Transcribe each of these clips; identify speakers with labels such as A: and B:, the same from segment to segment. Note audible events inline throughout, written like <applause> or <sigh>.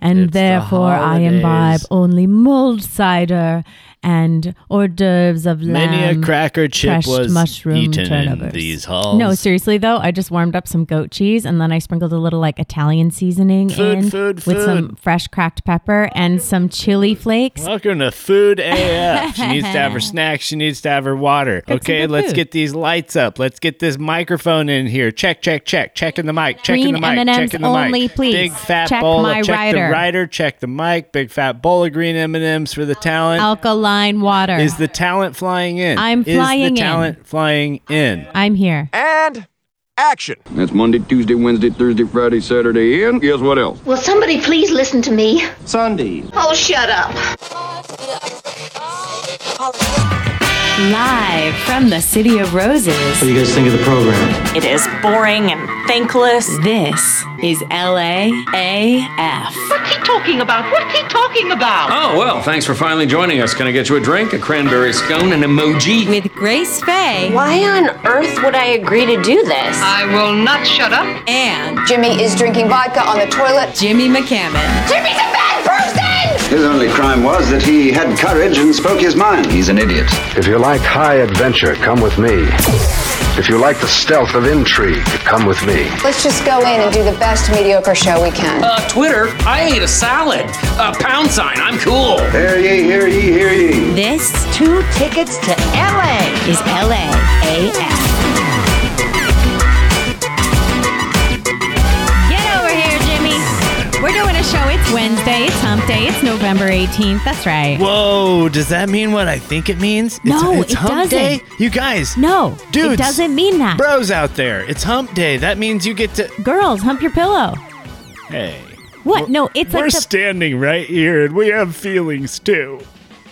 A: and
B: It's the
A: therefore I imbibe
B: holidays.
A: only mulled cider and hors d'oeuvres of
B: Many
A: lamb.
B: a cracker chip
A: crushed
B: was
A: mushroom
B: eaten in
A: turnovers.
B: these halls.
A: No, seriously though, I just warmed up some goat cheese and then I sprinkled a little like Italian seasoning
B: Food,
A: in
B: food,
A: with some fresh cracked pepper and some chili flakes.
B: Welcome to
A: <laughs>
B: Food AF. she needs to have her snacks. She needs to have her water.
A: some
B: okay,
A: good
B: let's
A: food.
B: get these lights up. Let's get this microphone in here. Check, check, check. Check in the mic. Check in
A: Green
B: the mic.
A: M&Ms
B: check in the
A: only,
B: mic.
A: please.
B: Big fat
A: Check
B: bowl.
A: my
B: of- check the
A: rider.
B: rider. Check the mic. Big fat bowl of green M&Ms for the talent.
A: Alkaline water.
B: Is the talent flying in?
A: I'm
B: Is
A: flying
B: the
A: in.
B: talent flying in?
A: I'm here.
B: Eh.
C: And action.
D: That's Monday, Tuesday, Wednesday, Thursday, Friday, Saturday, and guess what else?
E: Will somebody please listen to me?
F: Sundays.
E: Oh, shut up.
G: Live from the City of
F: What
G: Roses,
F: do you guys think of the program?
H: It is boring and thankless.
G: this is LAAF.
I: Oh, well, thanks for finally joining us. Can I get you a drink, a cranberry scone, an emoji?
G: With Grace Faye
H: Why on earth would I agree to do this?
J: I will not shut up.
G: and
J: Jimmy is drinking vodka on the toilet.
G: Jimmy McCammon.
J: Jimmy's a bad person!
D: His only crime was that he had courage and spoke his mind. He's an idiot.
K: If you like high adventure, come with me. If you like the stealth of intrigue, come with me.
J: Let's just go in and do the best mediocre show we can.
I: Uh, Twitter, I ate a salad. Uh, pound sign, I'm cool.
D: Hear ye, hear ye, hear ye.
G: This two tickets to LA is LAAF.
A: Get over here, Jimmy. We're doing a show. It's Wednesday. It's hump day. It's November 18th. That's right.
B: Whoa, does that mean what I think it means?
A: No,
B: it's, it's
A: it
B: hump
A: doesn't.
B: day. You guys,
A: No,
B: Dudes.
A: it doesn't mean that.
B: bros out there, it's hump day. That means you get to.
A: Girls, hump your pillow.
B: Hey.
A: What? No, it's like the,
B: standing right here and we have feelings too.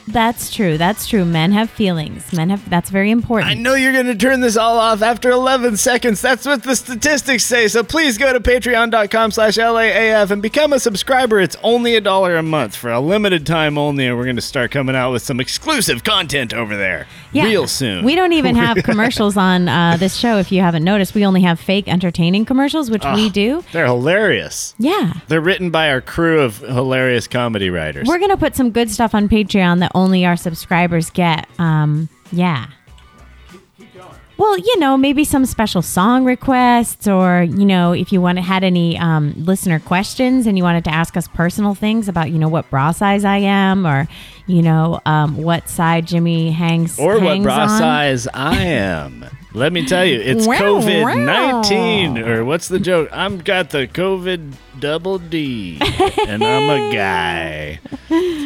A: that's true. That's true. Men have feelings. Men have. That's very important.
B: I know you're going to turn this all off after 11 seconds. That's what the statistics say. So please go to patreon.com slash LAAF and become a subscriber. It's only a dollar a month for a limited time only. And we're going to start coming out with some exclusive content over there
A: Yeah.
B: real soon.
A: We don't
B: <laughs>
A: even have commercials on uh, this show. If you haven't noticed, we only have fake entertaining commercials, which
B: Ah.
A: we do.
B: They're hilarious.
A: Yeah.
B: They're written by our crew of hilarious comedy writers.
A: We're going to put some good stuff on Patreon that only our subscribers get. Um, yeah. Well, you know, maybe some special song requests, or you know, if you want had any um, listener questions and you wanted to ask us personal things about, you know, what bra size I am, or you know, um, what side Jimmy hangs
B: or what
A: hangs
B: bra
A: on.
B: size I am. Let me tell you, it's
A: Wow,
B: COVID
A: wow.
B: 19. Or what's the joke? I'm got the COVID double D, and I'm a guy.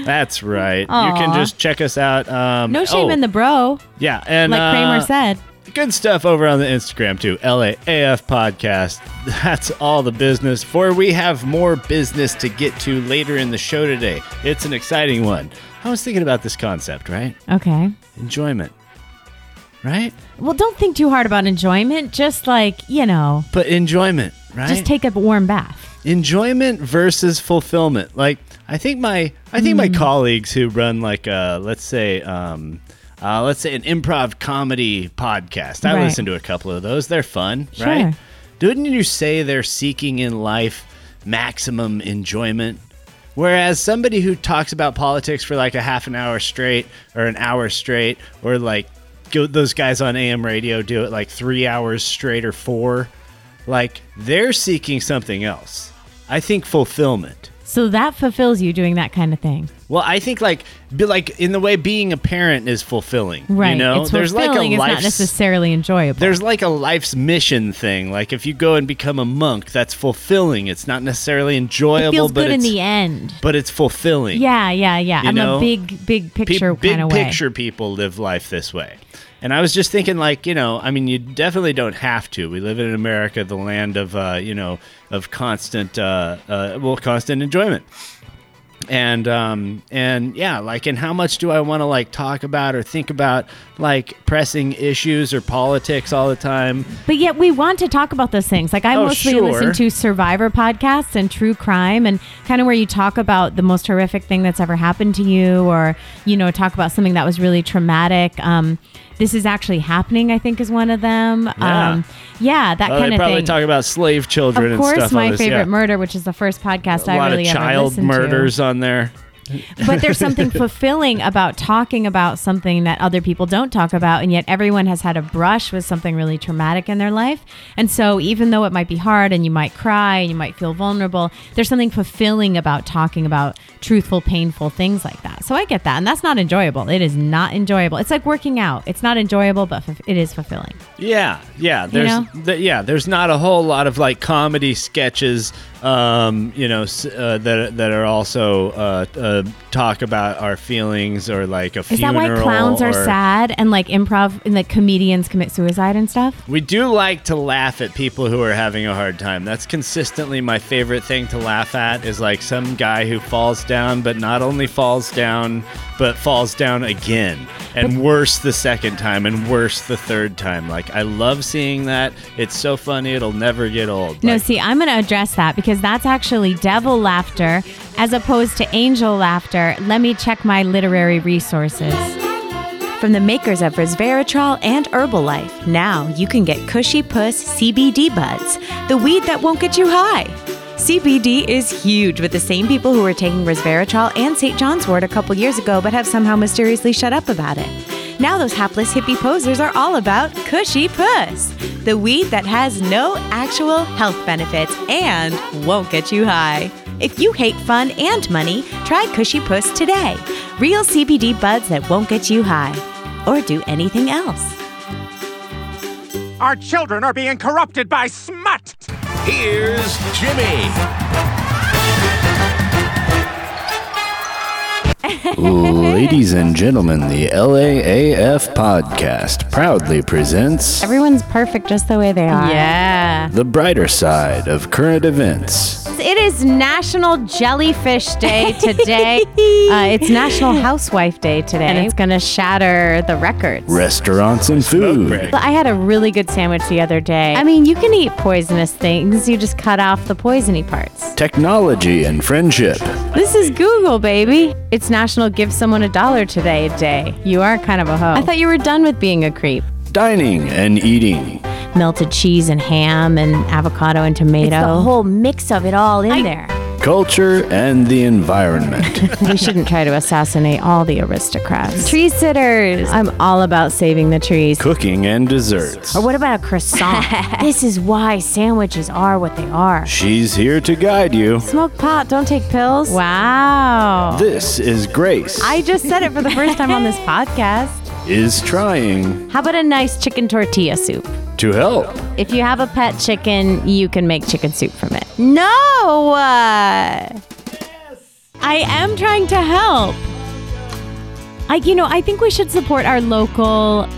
B: That's right. You can
A: Aw.
B: just check us out. Um,
A: No shame
B: oh,
A: in the bro,
B: Yeah. And
A: like Kramer
B: uh,
A: said.
B: good stuff over on the Instagram too. LAAF podcast. <laughs> That's all the business for we have more business to get to later in the show today. It's an exciting one. I was thinking about this concept, right?
A: Okay.
B: Enjoyment. Right?
A: Well, don't think too hard about enjoyment. Just like, you know,
B: But enjoyment, right?
A: just take a warm bath.
B: enjoyment versus fulfillment. Like I think my I think
A: Hmm.
B: my colleagues who run like uh let's say um uh, let's say an improv comedy podcast. I
A: Right.
B: listen to a couple of those. They're fun,
A: Sure.
B: right? Didn't you say they're seeking in life maximum enjoyment? Whereas somebody who talks about politics for like a half an hour straight or an hour straight or like go, those guys on AM radio do it like 3 hours straight or 4 like they're seeking something else. I think fulfillment.
A: So that fulfills you doing that kind of thing.
B: Well, I think like be like in the way being a parent is fulfilling.
A: Right.
B: You know,
A: it's
B: there's like
A: fulfilling.
B: a
A: it's
B: life.
A: not necessarily enjoyable.
B: There's like a life's mission thing. Like if you go and become a monk, that's fulfilling. It's not necessarily enjoyable,
A: it feels
B: but
A: good in
B: it's
A: the end.
B: but it's fulfilling.
A: Yeah, yeah, yeah.
B: You
A: I'm
B: know?
A: a big, big
B: Pe-
A: picture
B: big
A: kind of way.
B: picture people live life this way. And I was just thinking, like you know, I mean, you definitely don't have to. We live in America, the land of uh, you know of constant, uh, uh, well, constant enjoyment. And um, and yeah, like, and how much do I want to like talk about or think about like pressing issues or politics all the time?
A: But yet we want to talk about those things. Like I
B: Oh,
A: mostly
B: sure.
A: listen to survivor podcasts and true crime and kind of where you talk about the most horrific thing that's ever happened to you or, you know, talk about something that was really traumatic. Um, This is actually happening. I think is one of them.
B: Yeah.
A: Um, yeah, that
B: Well,
A: kind
B: Oh, they
A: of
B: probably
A: thing.
B: talk about slave children
A: of
B: and
A: course,
B: stuff.
A: my
B: on this,
A: favorite
B: yeah.
A: murder, which is the first podcast
B: A
A: I
B: lot
A: really
B: of
A: ever
B: child
A: listened
B: murders on there.
A: to. But there's something fulfilling about talking about something that other people don't talk about, and yet everyone has had a brush with something really traumatic in their life. And so, even though it might be hard, and you might cry, and you might feel vulnerable, there's something fulfilling about talking about truthful, painful things like that. So I get that, and that's not enjoyable. It is not enjoyable. It's like working out. It's not enjoyable, but fu- it is fulfilling.
B: Yeah, yeah. There's
A: know?
B: th- yeah. There's not a whole lot of like comedy sketches, um, you know, s- uh, that that are also uh, uh, talk about our feelings or like a
A: Is
B: funeral.
A: that why clowns are
B: or-
A: sad and like improv and like comedians commit suicide and stuff?
B: We do like to laugh at people who are having a hard time. That's consistently my favorite thing to laugh at is like some guy who falls down, but not only falls down, but falls down again, and worse the second time, and worse the third time. Like I love seeing that. It's so funny. It'll never get old.
A: No,
B: Like,
A: see, I'm going to address that because that's actually devil laughter as opposed to angel laughter. Let me check my literary resources.
G: From the makers of resveratrol and Herbalife, now you can get Cushy Puss CBD buds, the weed that won't get you high. CBD is huge with the same people who were taking resveratrol and St. John's wort a couple years ago but have somehow mysteriously shut up about it. Now those hapless hippie posers are all about Cushy Puss, the weed that has no actual health benefits and won't get you high. If you hate fun and money, try Cushy Puss today. Real CBD buds that won't get you high or do anything else.
C: Our children are being corrupted by smut.
L: Here's Jimmy.
M: Ladies and gentlemen, the LAAF podcast proudly presents
N: Everyone's perfect just the way they are.
A: Yeah.
M: the brighter side of current events.
N: It is National Jellyfish Day
G: <laughs>
N: today. uh, it's National Housewife Day today.
A: And it's
N: going to shatter the records.
M: Restaurants and food.
N: I had a really good sandwich the other day. I mean, you can eat poisonous things, you just cut off the poisony parts.
M: Technology and friendship.
N: This is Google, baby. It's National Give Someone a Dollar Today Day. You are kind of a hoe. I thought you were done with being a creep.
M: Dining and eating.
N: Melted cheese and ham and avocado and tomato.
M: the
N: whole mix of it all in there.
M: Culture and the environment.
A: <laughs>
N: we shouldn't try to assassinate all the aristocrats. Tree sitters. I'm all about saving the trees.
M: Cooking and desserts.
N: Or what about a croissant? <laughs> this is why sandwiches are what they are.
M: She's here to guide you.
N: Smoke pot, don't take pills. Wow.
M: This is Grace.
N: I just said it for the first time on this podcast.
M: Is trying
N: How about a nice chicken tortilla soup?
M: to help.
N: If you have a pet chicken, you can make chicken soup from it. No! Uh,
A: I am trying to help. I, you know, I think we should support our local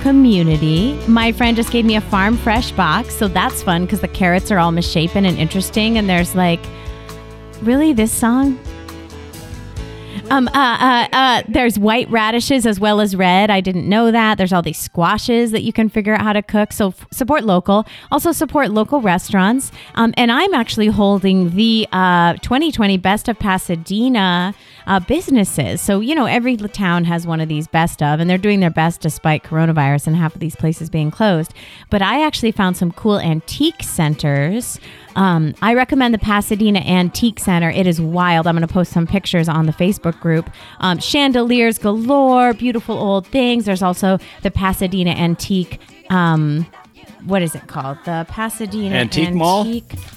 A: community. My friend just gave me a farm fresh box, so that's fun because the carrots are all misshapen and interesting. And there's like, really, this song? Um, uh, uh, uh, there's white radishes as well as red. I didn't know that. There's all these squashes that you can figure out how to cook. So f- support local. Also support local restaurants. Um, and I'm actually holding the uh, 2020 Best of Pasadena uh, businesses. So you know every l- town has one of these best of, and they're doing their best despite coronavirus and half of these places being closed. But I actually found some cool antique centers. Um, I recommend the Pasadena Antique Center. It is wild. I'm going to post some pictures on the Facebook group. Um, chandeliers galore, beautiful old things. There's also the Pasadena Antique. Um, what is it called? The Pasadena
B: Antique Mall?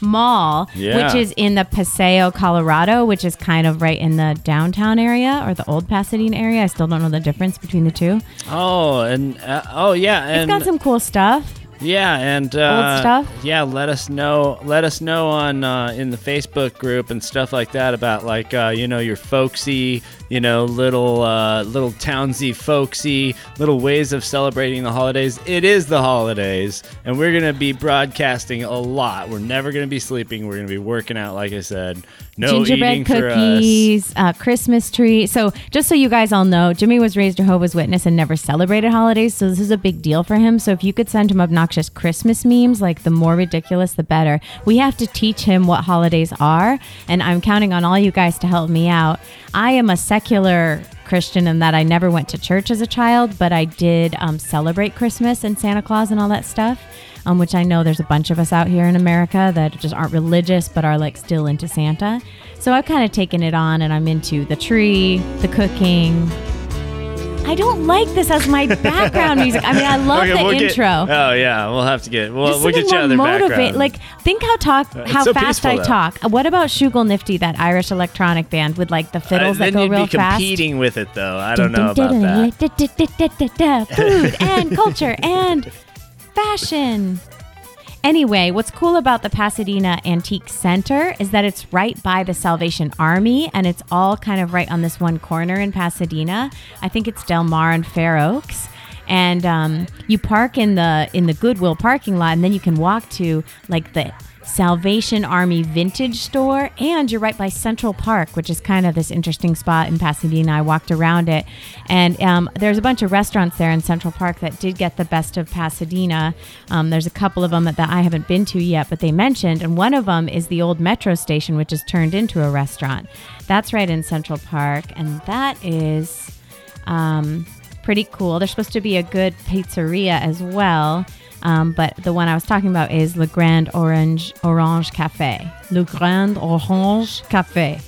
A: Mall,
B: Yeah.
A: which is in the Paseo, Colorado, which is kind of right in the downtown area or the old Pasadena area. I still don't know the difference between the two.
B: Oh, and uh, oh yeah,
A: It's
B: and
A: got some cool stuff.
B: Yeah, and uh,
A: stuff?
B: Yeah, let us know. Let us know on uh, in the Facebook group and stuff like that about like uh, you know your folksy, you know little uh, little townsy folksy little ways of celebrating the holidays. It is the holidays, and we're gonna be broadcasting a lot. We're never gonna be sleeping. We're gonna be working out, like I said. No eating
A: gingerbread
B: for us.
A: cookies, uh, Christmas tree. So, just so you guys all know, Jimmy was raised Jehovah's Witness and never celebrated holidays, so this is a big deal for him. So, if you could send him obnoxious Christmas memes, like the more ridiculous, the better. We have to teach him what holidays are, and I'm counting on all you guys to help me out. I am a secular Christian in that I never went to church as a child, but I did um, celebrate Christmas and Santa Claus and all that stuff. Um, which I know there's a bunch of us out here in America that just aren't religious but are like still into Santa. So I've kind of taken it on and I'm into the tree, the cooking. I don't like this as
B: <laughs>
A: my background music. I mean, I love
B: Okay,
A: the
B: we'll get-
A: intro.
B: oh yeah, we'll have to get we'll,
A: Just
B: we'll
A: something
B: get you
A: more
B: other
A: motivate-
B: background.
A: Like, think how talk,
B: Uh, it's
A: how
B: so
A: fast
B: peaceful,
A: I
B: though.
A: talk. What about Shugel Nifty, that Irish electronic band with like the
B: Uh,
A: fiddles
B: then
A: that go
B: you'd
A: real
B: be
A: fast?
B: competing with it though. I don't know about that.
A: that. Food
B: <laughs>
A: and culture and fashion. Anyway, what's cool about the Pasadena Antique Center is that it's right by the Salvation Army and it's all kind of right on this one corner in Pasadena. I think it's Del Mar and Fair Oaks. And um, you park in the in the Goodwill parking lot and then you can walk to like the Salvation Army vintage store and you're right by Central Park, which is kind of this interesting spot in Pasadena. I walked around it and um, there's a bunch of restaurants there in Central Park that did get the best of Pasadena. Um, there's a couple of them that, that I haven't been to yet, but they mentioned, and one of them is the old metro station, which is turned into a restaurant. That's right in Central Park, and that is um, pretty cool. There's supposed to be a good pizzeria as well, um, but the one I was talking about is Le Grand Orange Orange Cafe. Le Grand Orange Cafe.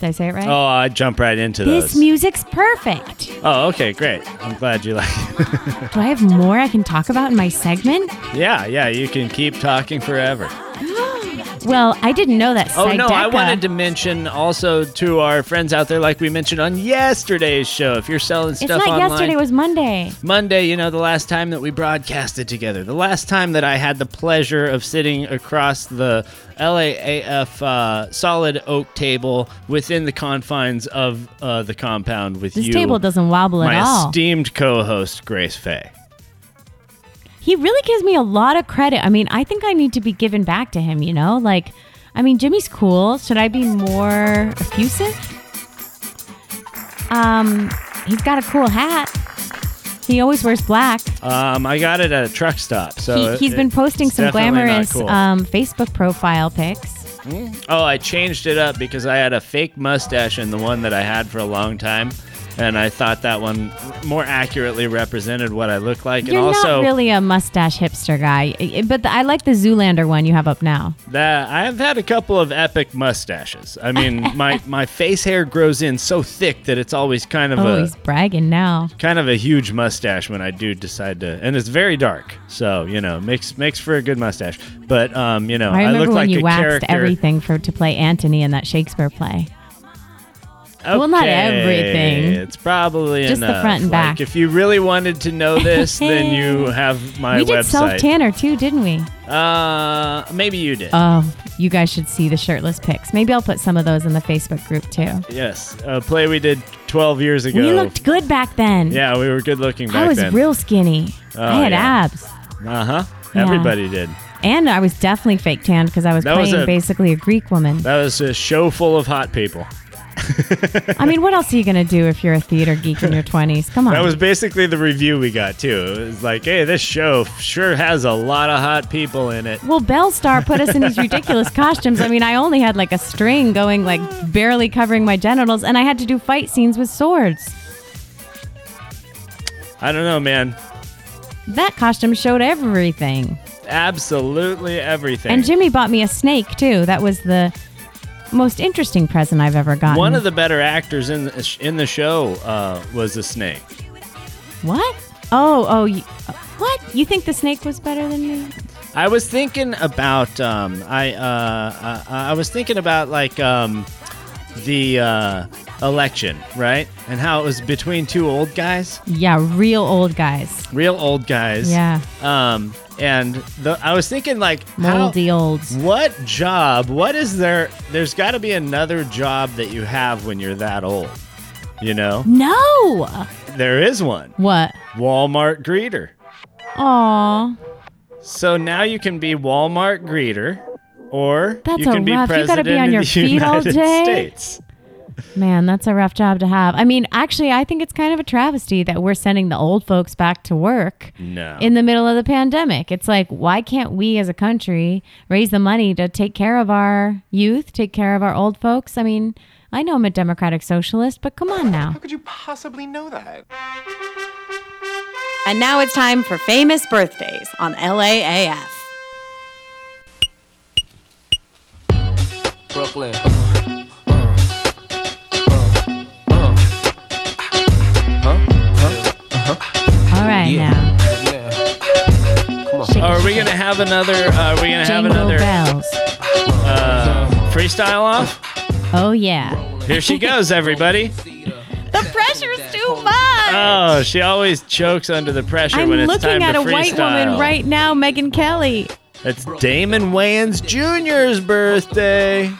A: Did I say it right?
B: Oh, I jump right into
A: this
B: those.
A: music's perfect.
B: oh, okay, great. I'm glad you like. it. <laughs>
A: Do I have more I can talk about in my segment?
B: yeah, yeah. You can keep talking forever.
A: Well, I didn't know that.
B: Oh no, I
A: Zydeco-
B: wanted to mention also to our friends out there, like we mentioned on yesterday's show. If you're selling
A: It's
B: stuff
A: not
B: online,
A: yesterday. It was Monday.
B: Monday, you know, the last time that we broadcasted together, the last time that I had the pleasure of sitting across the LAAF uh, solid oak table within the confines of uh, the compound with
A: This
B: you.
A: table doesn't wobble
B: my
A: at all.
B: esteemed co-host Grace Fay.
A: he really gives me a lot of credit. I mean, I think I need to be given back to him. You know, like, I mean, Jimmy's cool. Should I be more effusive? Um, he's got a cool hat. He always wears black.
B: Um, I got it at a truck stop, so
A: he, has
B: Oh, it-
A: been posting
B: it's
A: some
B: definitely not
A: glamorous
B: cool.
A: um, Facebook profile pics.
B: Oh, I changed it up because I had a fake mustache in the one that I had for a long time. And I thought that one more accurately represented what I look like.
A: You're
B: and also,
A: not really a mustache hipster guy, I- I- but the, I like the Zoolander one you have up now.
B: that I've had a couple of epic mustaches.
A: <laughs>
B: I mean, my, my face hair grows in so thick that it's always kind of
A: Oh,
B: a
A: he's bragging now.
B: kind of a huge mustache when I do decide to, and it's very dark. So you know, makes makes for a good mustache. But um, you know,
A: I
B: I,
A: remember
B: look
A: when
B: like
A: you
B: a
A: waxed
B: character.
A: everything for to play Antony in that Shakespeare play. Well, not
B: Okay,
A: everything.
B: It's probably
A: Just the
B: enough.
A: front and
B: Like,
A: back.
B: if you really wanted to know this,
A: <laughs>
B: then you have my
A: we did self
B: website.
A: tanner too, didn't we?
B: uh, maybe you did.
A: Oh, you guys should see the shirtless pics. Maybe I'll put some of those in the Facebook group too.
B: yes, a play we did 12 years ago.
A: We looked good back then.
B: yeah, we were good looking back
A: I was
B: then.
A: real skinny.
B: Oh,
A: I had
B: yeah.
A: abs,
B: Uh huh.
A: Yeah.
B: Everybody did.
A: and I was definitely fake tanned because I was
B: That was
A: playing
B: a-
A: basically a Greek
B: <laughs>
A: woman.
B: That was a show full of hot people.
A: I mean, what else are you gonna do if you're a theater geek
B: <laughs>
A: in your twenties? Come on.
B: That was basically the review we got too. It was like, hey, this show sure has a lot of hot people in it.
A: Well, Bellstar put us in
B: <laughs>
A: these ridiculous costumes. I mean, I only had like a string going, like barely covering my genitals, and I had to do fight scenes with swords.
B: I don't know, man.
A: That costume showed everything.
B: Absolutely everything.
A: And Jimmy bought me a snake, too. That was the most interesting present I've ever gotten.
B: One of the better actors in the, in the show uh, was the snake.
A: What? Oh, oh, you, what? You think the snake was better than me?
B: I was thinking about um, I, uh, I I was thinking about like um, the uh, election, right? And how it was between two old guys,
A: Yeah, real old guys.
B: real old guys.
A: Yeah.
B: Um, and the, I was thinking like how,
A: Moldy olds.
B: What job? What is there? There's got to be another job that you have when you're that old. You know,
A: No!
B: there is one.
A: What?
B: Walmart greeter.
A: Aw.
B: So now you can be Walmart greeter, or
A: That's
B: you
A: a
B: can be
A: rough- you
B: president
A: gotta be on
B: of
A: your
B: the <laughs>
A: feet all
B: United
A: day.
B: States.
A: Man, that's a rough job to have. I mean, actually, I think it's kind of a travesty that we're sending the old folks back to work
B: No.
A: in the middle of the pandemic. It's like, why can't we as a country raise the money to take care of our youth, take care of our old folks? I mean, I know I'm a democratic socialist, but come on now.
O: could you possibly know that?
G: And now it's time for famous birthdays on LAAF.
P: Brooklyn.
A: All right now.
B: Are we gonna have another? Uh, are we gonna have
A: Jingle
B: another
A: bells.
B: Uh, freestyle off?
A: Oh, yeah.
B: Here she
A: <laughs>
B: goes, everybody.
A: The pressure's too much.
B: Oh, she always chokes under the pressure
A: I'm
B: when it's
A: looking
B: time to
A: at a
B: freestyle.
A: white woman right now, Megan Kelly.
B: It's Damon Wayans Jr.'s birthday.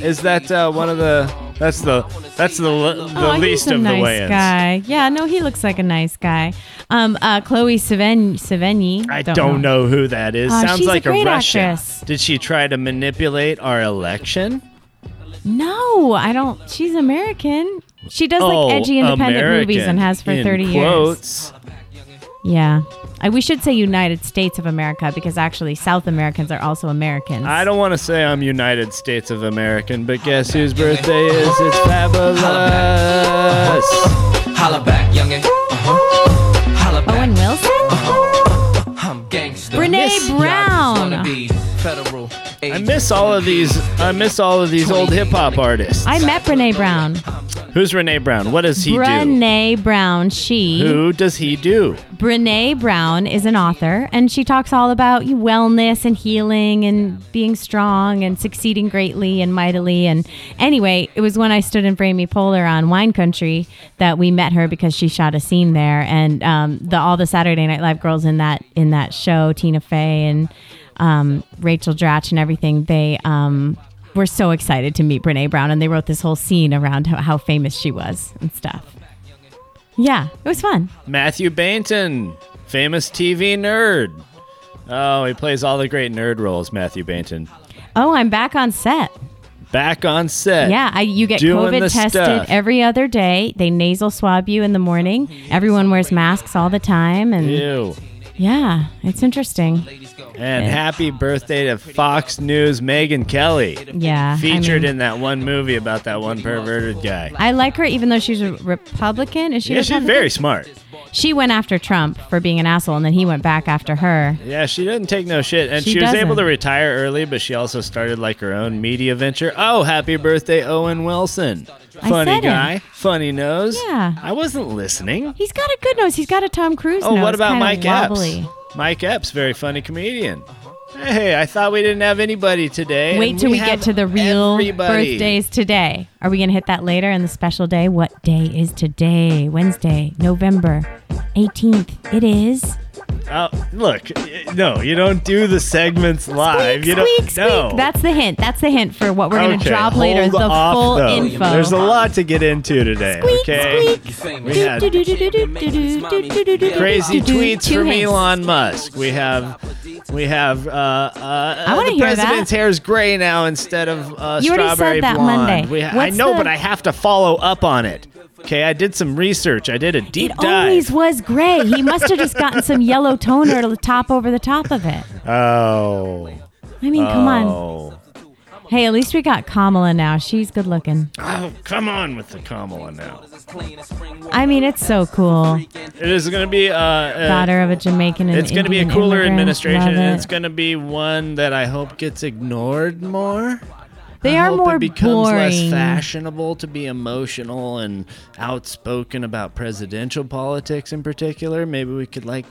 B: Is that uh, one of the? That's the. That's the l- the
A: oh,
B: least
A: he's a
B: of
A: nice
B: the Wayans.
A: guy. Yeah, no, he looks like a nice guy. Um, uh, Chloe Sevigny. Sevigny
B: I don't, know. who that is.
A: Oh,
B: Sounds
A: she's a
B: like
A: great
B: Russian.
A: actress.
B: Did she try to manipulate our election?
A: No, I don't. She's American. She does
B: Oh,
A: like edgy independent
B: American,
A: movies and has for
B: in
A: 30
B: quotes.
A: years. Yeah. I, we should say United States of America because actually South Americans are also Americans.
B: I don't want to say I'm United States of American, but guess whose birthday is? It's fabulous.
P: Holla back, youngin'.
A: Owen Wilson?
P: I'm gangster.
A: Oh, Brene Brown.
P: Federal.
B: I miss all of these. I miss all of these old hip hop artists.
A: I met Brene Brown.
B: Who's Renee Brown? What does he
A: Brene Brown.
B: do?
A: She.
B: Who does he do?
A: Brene Brown is an author, and she talks all about wellness and healing and being strong and succeeding greatly and mightily. And anyway, it was when I stood in Bramy Polar on Wine Country that we met her because she shot a scene there, and um, the all the Saturday Night Live girls in that in that show, Tina Fey and um, Rachel Dratch and everything, they. Um, were so excited to meet Brene Brown, and they wrote this whole scene around how, how famous she was and stuff. Yeah, it was fun.
B: Matthew Bainton, famous TV nerd. Oh, he plays all the great nerd roles. Matthew Bainton,
A: Oh, I'm back on set.
B: back on set.
A: Yeah, I, you get
B: doing the
A: COVID tested
B: stuff.
A: every other day. They nasal swab you in the morning. Everyone wears masks all the time, and
B: Ew.
A: yeah, it's interesting.
B: And happy birthday to Fox News Megan Kelly.
A: Yeah, I
B: Featured
A: mean-
B: in that one movie about that one perverted guy.
A: I like her, even though she's a Republican. Is she?
B: yeah, she's
A: Republican?
B: very smart.
A: She went after Trump for being an asshole, and then he went back after her.
B: Yeah, she doesn't take no shit. And
A: She
B: she, was
A: doesn't.
B: able to retire early, but she also started like her own media venture. Oh, happy birthday, Owen Wilson.
A: I
B: Funny
A: said it.
B: guy, funny nose.
A: Yeah.
B: I wasn't listening.
A: He's got a good nose. He's got a Tom Cruise
B: Oh,
A: nose.
B: what about
A: Kinda
B: Mike
A: wobbly.
B: Epps? Mike Epps, very funny comedian. Hey, I thought we didn't have anybody today.
A: Wait
B: and
A: till we,
B: have
A: get to the real
B: everybody.
A: birthdays today. Are we going to hit that later in the special day? What day is today? Wednesday, November 18th. It is.
B: Oh, look, y- no, you don't do the segments live. you don't.
A: Squeak, squeak.
B: no.
A: That's the hint. That's the hint for what we're going to
B: Okay,
A: drop later
B: hold
A: the
B: off,
A: full
B: though.
A: info.
B: There's a lot to get into today. okay. We had crazy tweets from Elon Musk. We have, we have. Uh, uh,
A: I wanna
B: the
A: hear that.
B: president's hair is gray now instead of uh,
A: You already said
B: strawberry
A: that
B: blonde.
A: Monday.
B: We ha- I
A: What's
B: know,
A: the-
B: but I have to follow up on it. Okay, I did some research. I did a deep
A: It
B: dive.
A: always was gray. He must have just gotten some yellow toner to top over the top of it.
B: Oh.
A: I mean, come on.
B: Oh.
A: Hey, at least we got Kamala now. She's good looking.
B: Oh, come on with the Kamala now.
A: I mean, it's so cool.
B: It is going to be uh, uh,
A: Daughter of a Jamaican and
B: It's
A: going to
B: be a cooler administration,
A: Love
B: and
A: it.
B: it's going to be one that I hope gets ignored more.
A: They
B: I
A: are
B: hope
A: more
B: it becomes less
A: boring.
B: fashionable to be emotional and outspoken about presidential politics in particular. Maybe we could like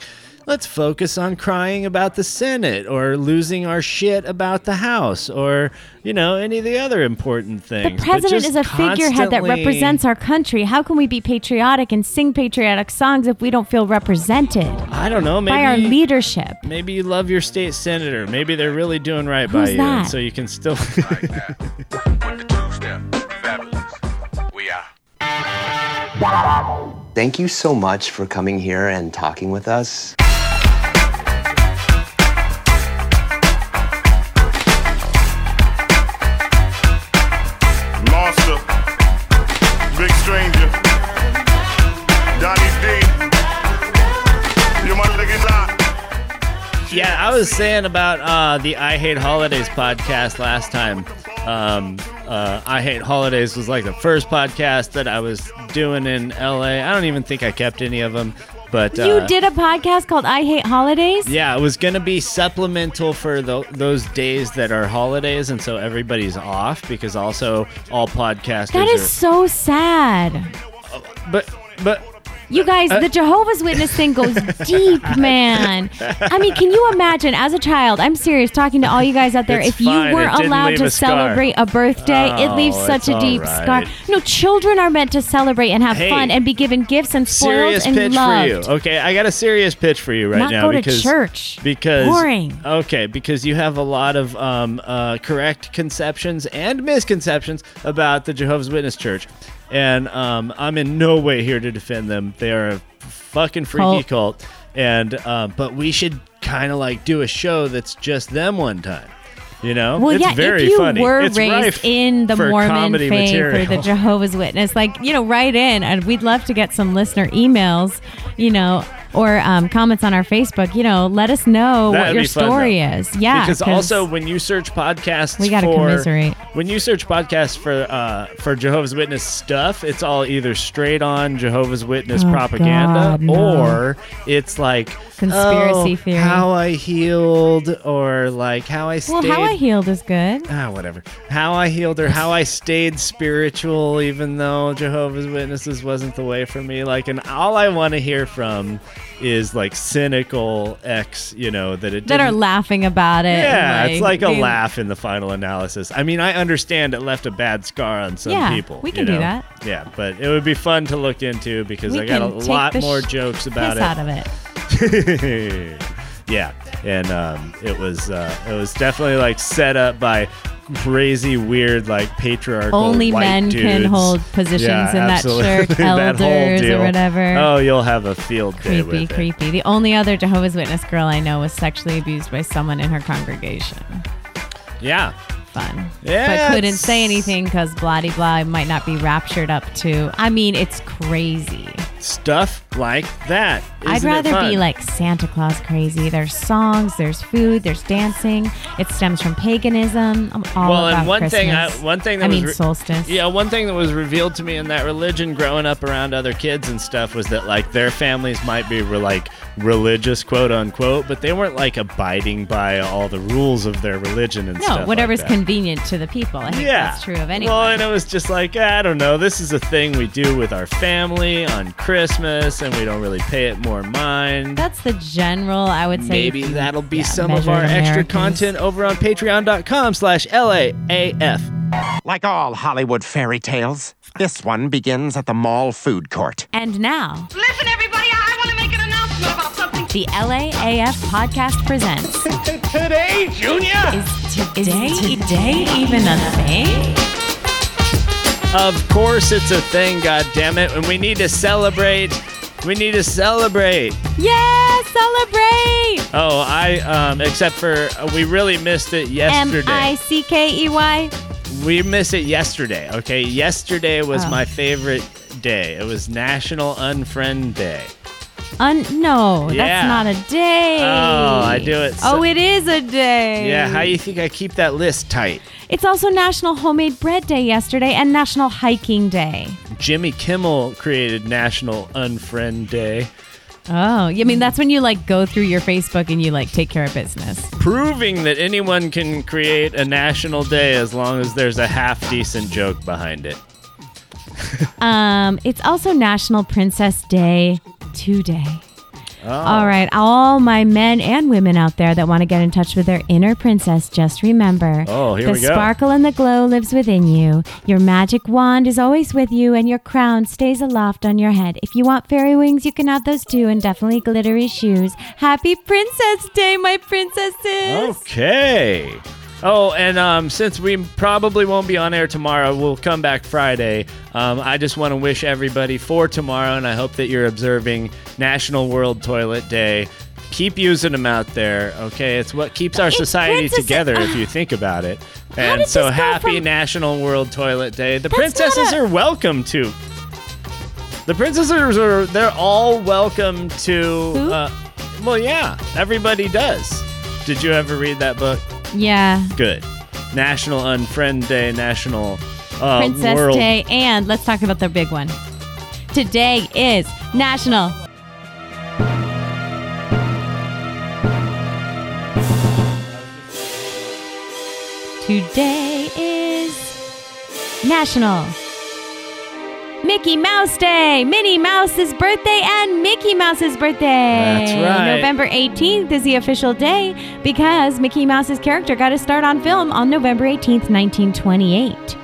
B: let's focus on crying about the Senate or losing our shit about the House or you know any of the other important things.
A: The president
B: just
A: is a figurehead that
B: constantly-
A: represents our country. How can we be patriotic and sing patriotic songs if we don't feel represented
B: I don't know. Maybe
A: by our leadership?
B: Maybe you love your state senator. Maybe they're really doing right by
A: Who's
B: you, and
A: that?
B: so you can still. <laughs>
L: We are.
Q: Thank you so much for coming here and talking with us.
R: Lost her.
B: was saying about uh, the I Hate Holidays podcast last time. Um, uh, I Hate Holidays was like the first podcast that I was doing in LA. I don't even think I kept any of them, but
A: you
B: uh,
A: did a podcast called I Hate Holidays?
B: Yeah, it was going to be supplemental for tho- those days that are holidays, and so everybody's off because also all podcasters.
A: That
B: are,
A: is so sad.
B: But but
A: You guys,
B: Uh,
A: the Jehovah's Witness thing
R: <laughs>
A: goes deep, man. I mean, can you imagine as a child? I'm serious, talking to all you guys out there.
R: It's
A: if you
R: fine,
A: were
R: it didn't
A: allowed
R: leave
A: to
R: a scar.
A: celebrate a birthday, it leaves
R: Oh,
A: such
R: it's
A: a deep
R: all
A: scar.
R: right.
A: No, children are meant to celebrate and have
B: Hey,
A: fun and be given gifts and spoiled
B: serious
A: and
B: pitch
A: loved.
B: for you. Okay, I got a serious pitch for you right
A: Not
B: now
A: go to
B: because
A: church.
B: because
A: Boring.
B: Okay, because you have a lot of um, uh, correct conceptions and misconceptions about the Jehovah's Witness Church, and um, I'm in no way here to defend them. They are a fucking freaky
A: Cult.
B: cult, and uh, but we should kind of like do a show that's just them one time. You know,
A: Well,
B: it's
A: yeah,
B: very
A: if you
B: funny.
A: were
B: it's
A: raised
B: rife
A: in the
B: for
A: Mormon
B: comedy
A: faith
B: material. <laughs>
A: or the Jehovah's Witness, like, you know, write in and we'd love to get some listener emails, you know, or um, comments on our Facebook, you know, let us know
B: That'd
A: what your
B: be fun,
A: story
B: though.
A: is. Yeah.
B: because also when you search podcasts,
A: Ah, We gotta
B: for,
A: commiserate.
B: When you search podcasts for uh, for Jehovah's Witness stuff, it's all either straight on Jehovah's Witness
A: Oh,
B: propaganda,
A: God, no.
B: or it's like
A: Conspiracy
B: oh,
A: theory.
B: how I healed, or like how I
A: well,
B: stayed.
A: how I healed is
B: <laughs>
A: good.
B: Ah, whatever. How I healed, or how I stayed spiritual, even though Jehovah's Witnesses wasn't the way for me. Like, and all I want to hear from is like cynical ex, you know, that it
A: That are
B: didn't-
A: laughing about it.
B: yeah,
A: and,
B: it's like a
A: being-
B: laugh in the final analysis. I mean, I understand it left a bad scar on some
A: Yeah,
B: people.
A: we
B: you
A: can do
B: know?
A: that.
B: Yeah, but it would be fun to look into because
A: We
B: I got a
A: can take
B: lot
A: the
B: more
A: sh-
B: jokes about
A: piss out of it.
B: it. <laughs> yeah, and um, it was uh, it was definitely like set up by crazy, weird, like patriarchal.
A: Only
B: white
A: men can
B: dudes.
A: hold positions
B: Yeah,
A: in that
B: absolutely.
A: church,
B: <laughs> That whole
A: elders or
B: deal.
A: whatever.
B: Oh, you'll have a field
A: Creepy,
B: day with it.
A: creepy. The only other Jehovah's Witness girl I know was sexually abused by someone in her congregation.
B: Yeah,
A: fun.
B: Yeah,
A: but couldn't
B: it's-
A: say anything because blah de blah might not be raptured up to. I mean, it's crazy.
B: stuff like that.
A: I'd
B: Isn't it
A: rather be
B: fun?
A: like Santa Claus crazy. There's songs, there's food, there's dancing. It stems from paganism. I'm all
B: well,
A: about
B: and one
A: Christmas.
B: thing, I, one thing that
A: I
B: was
A: mean
B: re-
A: solstice.
B: Yeah, one thing that was revealed to me in that religion, growing up around other kids and stuff, was that like their families might be were like religious, quote unquote, but they weren't like abiding by all the rules of their religion and
A: No,
B: stuff. like
A: whatever's
B: that.
A: convenient to the people. I think
B: Yeah.
A: that's true of anyone.
B: Well, and it was just like, eh, I don't know, this is a thing we do with our family on Christmas, and we don't really pay it more mind.
A: that's the general, I would say.
B: Maybe that'll be some of
A: measured
B: our extra
A: Americans.
B: content over on patreon.com slash LAAF.
O: Like all Hollywood fairy tales, this one begins at the mall food court.
A: And now. Listen, everybody, I want to make an announcement about something. The LAAF podcast presents.
R: Today, Junior?
A: Is today, today even a thing?
B: Of course it's a thing, God damn it! and we need to celebrate. We need to celebrate.
A: Yeah, celebrate!
B: Oh, I um except for uh, we really missed it yesterday.
A: M I C K E Y.
B: we missed it yesterday. Okay, yesterday was
A: Oh.
B: my favorite day. It was National Unfriend Day.
A: Un- no,
B: Yeah.
A: that's not a day.
B: Oh, I do it so-
A: oh, it is a day.
B: Yeah, how you think I keep that list tight?
A: It's also National Homemade Bread Day yesterday and National Hiking Day.
B: Jimmy Kimmel created National Unfriend Day.
A: Oh, I mean, that's when you like go through your Facebook and you like take care of business.
B: proving that anyone can create a national day as long as there's a half decent joke behind it.
A: Um, it's also National Princess Day today.
B: Oh.
A: All right, all my men and women out there that want to get in touch with their inner princess, just remember
B: Oh, here
A: the
B: we go.
A: sparkle and the glow lives within you. Your magic wand is always with you, and your crown stays aloft on your head. If you want fairy wings, you can have those too, and definitely glittery shoes. Happy Princess Day, my princesses!
B: Okay. Oh, and um, since we probably won't be on air tomorrow, we'll come back Friday. Um, I just want to wish everybody for tomorrow, and I hope that you're observing National World Toilet Day. Keep using them out there, okay? It's what keeps our society
A: princess-
B: together
A: <sighs>
B: if you think about it. And
A: did
B: so
A: this go
B: happy
A: from-
B: National World Toilet Day. The
A: That's not
B: princesses
A: a-
B: are welcome to. The princesses are, they're all welcome to. Uh, well, yeah, everybody does. Did you ever read that book?
A: Yeah.
B: Good. National Unfriend Day, National uh,
A: Princess
B: World
A: Day, and let's talk about the big one. Today is National. Today is National Mickey Mouse Day, Minnie Mouse's birthday, and Mickey Mouse's birthday. That's
B: right.
A: November 18th is the official day because Mickey Mouse's character got his start on film on November 18th, 1928.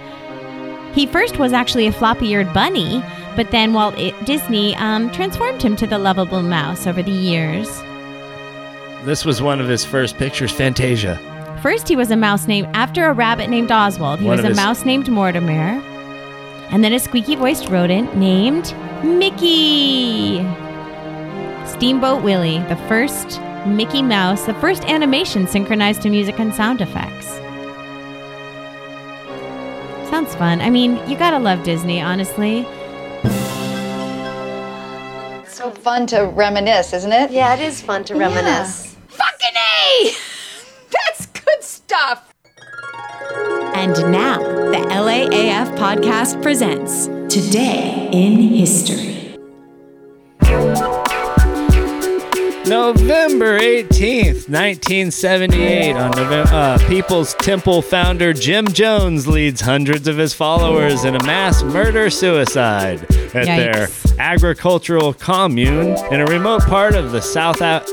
A: He first was actually a floppy eared bunny, but then Walt I- Disney um, transformed him to the lovable mouse over the years.
B: This was one of his first pictures, Fantasia.
A: First, he was a mouse named after a rabbit named Oswald. He
B: One
A: was
B: of
A: a
B: his-
A: mouse named Mortimer, and then a squeaky voiced rodent named Mickey. Steamboat Willie, the first Mickey Mouse, the first animation synchronized to music and sound effects. Sounds fun. I mean, you gotta love Disney, honestly.
J: It's so fun to reminisce, isn't it? Yeah, it is fun to
E: reminisce.
J: Fucking A! That's good stuff.
G: And now, the LAAF podcast presents Today in History.
B: November 18th, 1978, on November, uh, People's Temple founder Jim Jones leads hundreds of his followers in a mass murder suicide at their agricultural commune in a remote part of the South A-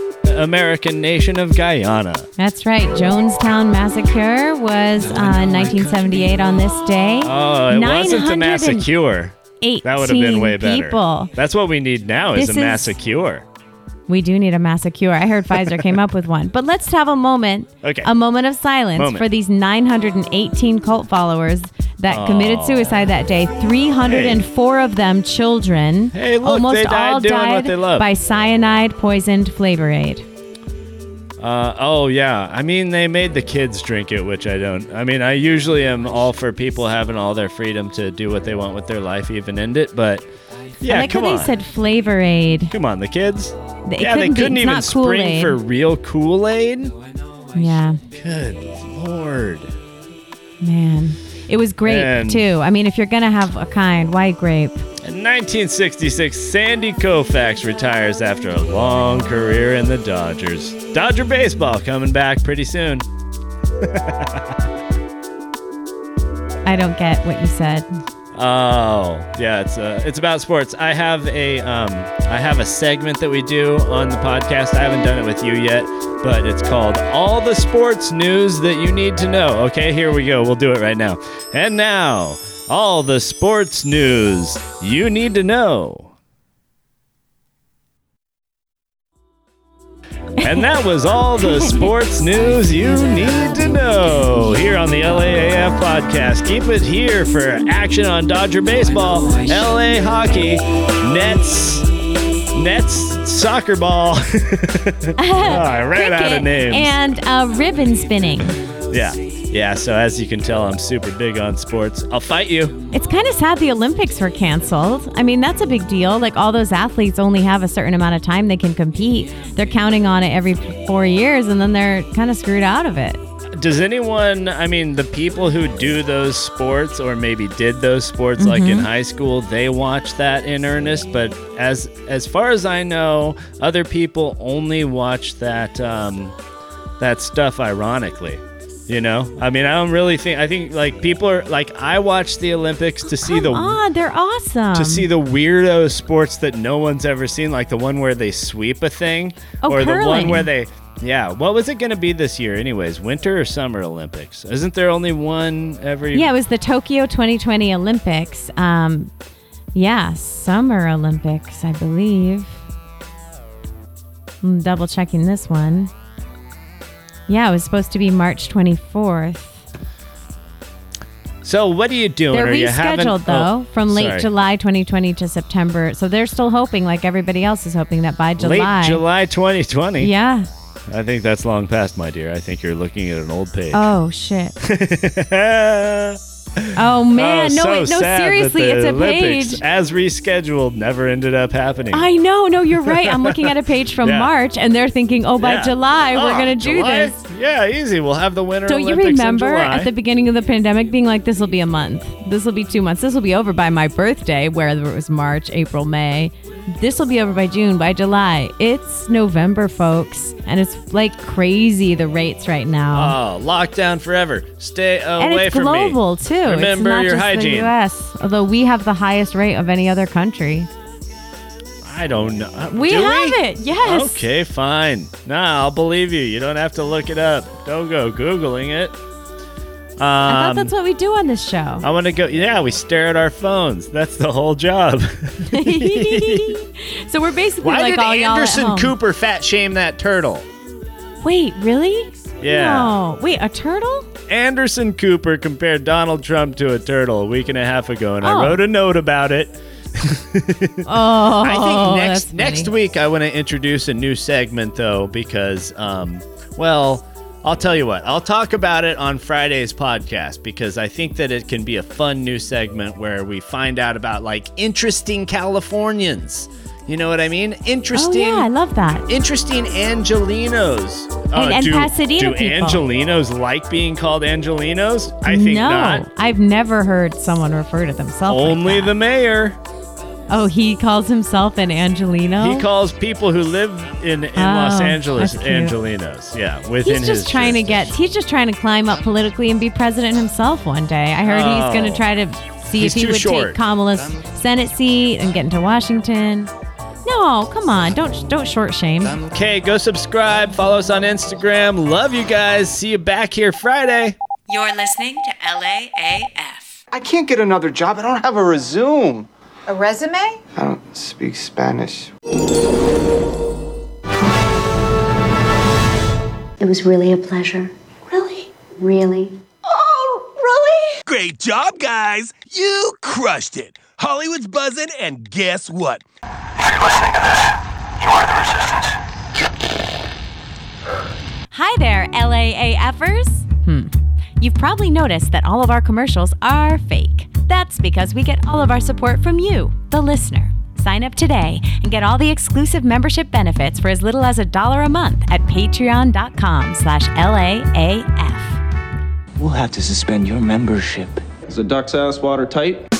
B: American nation of Guyana.
A: That's right. Jonestown Massacre was uh, 1978 on this day.
B: Oh, it wasn't a
A: 900 and-
B: massacre. That would have
A: 18
B: been way better.
A: people.
B: That's what we need now is
A: This
B: a
A: is-
B: massacre.
A: We do need a massacre. I heard Pfizer came up with one. But let's have a moment,
B: Okay.
A: a moment of silence
B: Moment.
A: for these 918 cult followers that committed
B: Aw.
A: suicide that day. 304 of them children.
B: Hey, look,
A: almost
B: they died
A: all
B: doing what
A: died
B: they love.
A: by cyanide poisoned flavor aid.
B: Uh, oh yeah, I mean they made the kids drink it, which I don't. I mean I usually am all for people having all their freedom to do what they want with their life, even end it. But yeah,
A: I like
B: come
A: how
B: on,
A: they said flavor aid.
B: come on, the kids.
A: They- it
B: yeah,
A: couldn't be-
B: they couldn't
A: it's
B: even
A: not
B: spring
A: Kool-Aid.
B: for real Kool Aid.
A: Yeah,
B: Good lord.
A: man. It was grape,
B: And-
A: too. I mean, if you're going to have a kind, why grape?
B: In 1966, Sandy Koufax retires after a long career in the Dodgers. Dodger baseball coming back pretty soon.
A: I don't get what you said.
B: Oh, yeah, it's uh, it's about sports. I have a um, I have a segment that we do on the podcast. I haven't done it with you yet, but it's called All the Sports News That You Need to Know. Okay, here we go. We'll do it right now. And now, all the sports news you need to know. And that was all the sports news you need to know here on the LAAF podcast. Keep it here for action on Dodger baseball, LA hockey, Nets, Nets soccer ball. <laughs> oh, I ran out of
A: Cricket
B: names.
A: And uh, ribbon spinning.
B: yeah, yeah. So as you can tell, I'm super big on sports. I'll fight you.
A: It's kind of sad the Olympics were canceled. I mean, that's a big deal. Like, all those athletes only have a certain amount of time they can compete. They're counting on it every four years, and then they're kind of screwed out of it.
B: Does anyone, I mean, the people who do those sports or maybe did those sports like in
A: Mhm.
B: high school, they watch that in earnest. But as as far as I know, other people only watch that um, that stuff ironically. You know, I mean, I don't really think. I think like people are like I watch the Olympics to see the
A: Ah, they're awesome.
B: to see the weirdo sports that no one's ever seen, like the one where they sweep a thing,
A: Oh,
B: or the one
A: curling.
B: where they, yeah. What was it going to be this year, anyways? Winter or summer Olympics? Isn't there only one every?
A: yeah, it was the Tokyo 2020 Olympics. Um, yeah, Summer Olympics, I believe. I'm double checking this one. Yeah, it was supposed to be March 24th.
B: So what are you doing?
A: They're
B: Are you having-
A: rescheduled though
B: oh,
A: from late
B: sorry.
A: July 2020 to September. So they're still hoping, like everybody else is hoping, that by July.
B: Late July 2020.
A: Yeah.
B: I think <laughs> that's long past, my dear. I think you're looking at an old page.
A: Oh shit.
B: All
A: Oh man,
B: Oh,
A: no
B: so
A: wait, no
B: sad that
A: seriously,
B: the
A: it's a
B: Olympics,
A: page.
B: as rescheduled never ended up happening.
A: I know, no,
B: <laughs>
A: you're right. I'm looking at a page from
B: Yeah.
A: March, and they're thinking, oh, by
B: Yeah.
A: July we're
B: Ah,
A: gonna do
B: July?
A: this.
B: Yeah, easy. We'll have the winter.
A: Don't you
B: Olympics in
A: remember
B: July.
A: at the beginning of the pandemic being like, this will be a month, this will be two months, this will be over by my birthday, whether it was March, April, May. This will be over by June, by July. It's November, folks, and it's like crazy the rates right now.
B: Oh, lockdown forever. Stay away
A: and it's
B: from me.
A: global too. it's
B: Remember
A: not
B: your
A: just
B: hygiene.
A: The U.S. Although we have the highest rate of any other country.
B: I don't know. Uh,
A: We
B: Do
A: have it. Yes.
B: Okay, fine. Nah, I'll believe you. You don't have to look it up. Don't go googling it. Um,
A: I thought that's what we do on this show.
B: I want to go. Yeah, we stare at our phones. That's the whole job.
A: so <laughs> we're basically
B: Why
A: like
B: did
A: all
B: Anderson
A: y'all at home.
B: Cooper fat shame that turtle?
A: Wait, really?
B: Yeah.
A: No. Wait, a turtle? Oh,
B: Anderson Cooper compared Donald Trump to a turtle a week and a half ago, and
A: Oh.
B: I wrote a note about <laughs> it.
A: Oh,
B: I think next
A: that's
B: next
A: funny.
B: week I want to introduce a new segment though because um well I'll tell you what I'll talk about it on Friday's podcast because I think that it can be a fun new segment where we find out about like interesting Californians. You know what I mean? Interesting.
A: Oh yeah, I love that.
B: Interesting Angelinos. Uh,
A: And- and
B: do,
A: Pasadena
B: do
A: people.
B: Angelinos like being called Angelinos? I think
A: no, Oh,
B: not.
A: I've never heard someone refer to themselves. like
B: Only the mayor.
A: that. oh, he calls himself an Angelino.
B: He calls people who live in, in Los
A: Oh,
B: Angeles
A: that's cute.
B: Angelinos. Yeah, within
A: He's
B: his
A: just trying to get. He's just trying to climb up politically and be president himself one day. I heard he's going
B: Oh.
A: to try to see
B: He's
A: if he
B: too
A: would
B: short.
A: take Kamala's Senate seat and get into Washington. No, come on, don't don't short shame.
B: Okay, go subscribe, follow us on Instagram. Love you guys. See you back here Friday.
G: You're listening to LAAF.
Q: I can't get another job. I don't have a resume.
J: A resume?
Q: I don't speak Spanish.
E: It was really a pleasure. Really? Really.
S: Really? Great job, guys. You crushed it. Hollywood's buzzing, and guess what?
G: Hi there, LAAFers.
A: Hmm.
G: You've probably noticed that all of our commercials are fake. That's because we get all of our support from you, the listener. Sign up today and get all the exclusive membership benefits for as little as a dollar a month at patreon.com slash LAAF.
T: We'll have to suspend your membership.
F: Is the duck's ass watertight?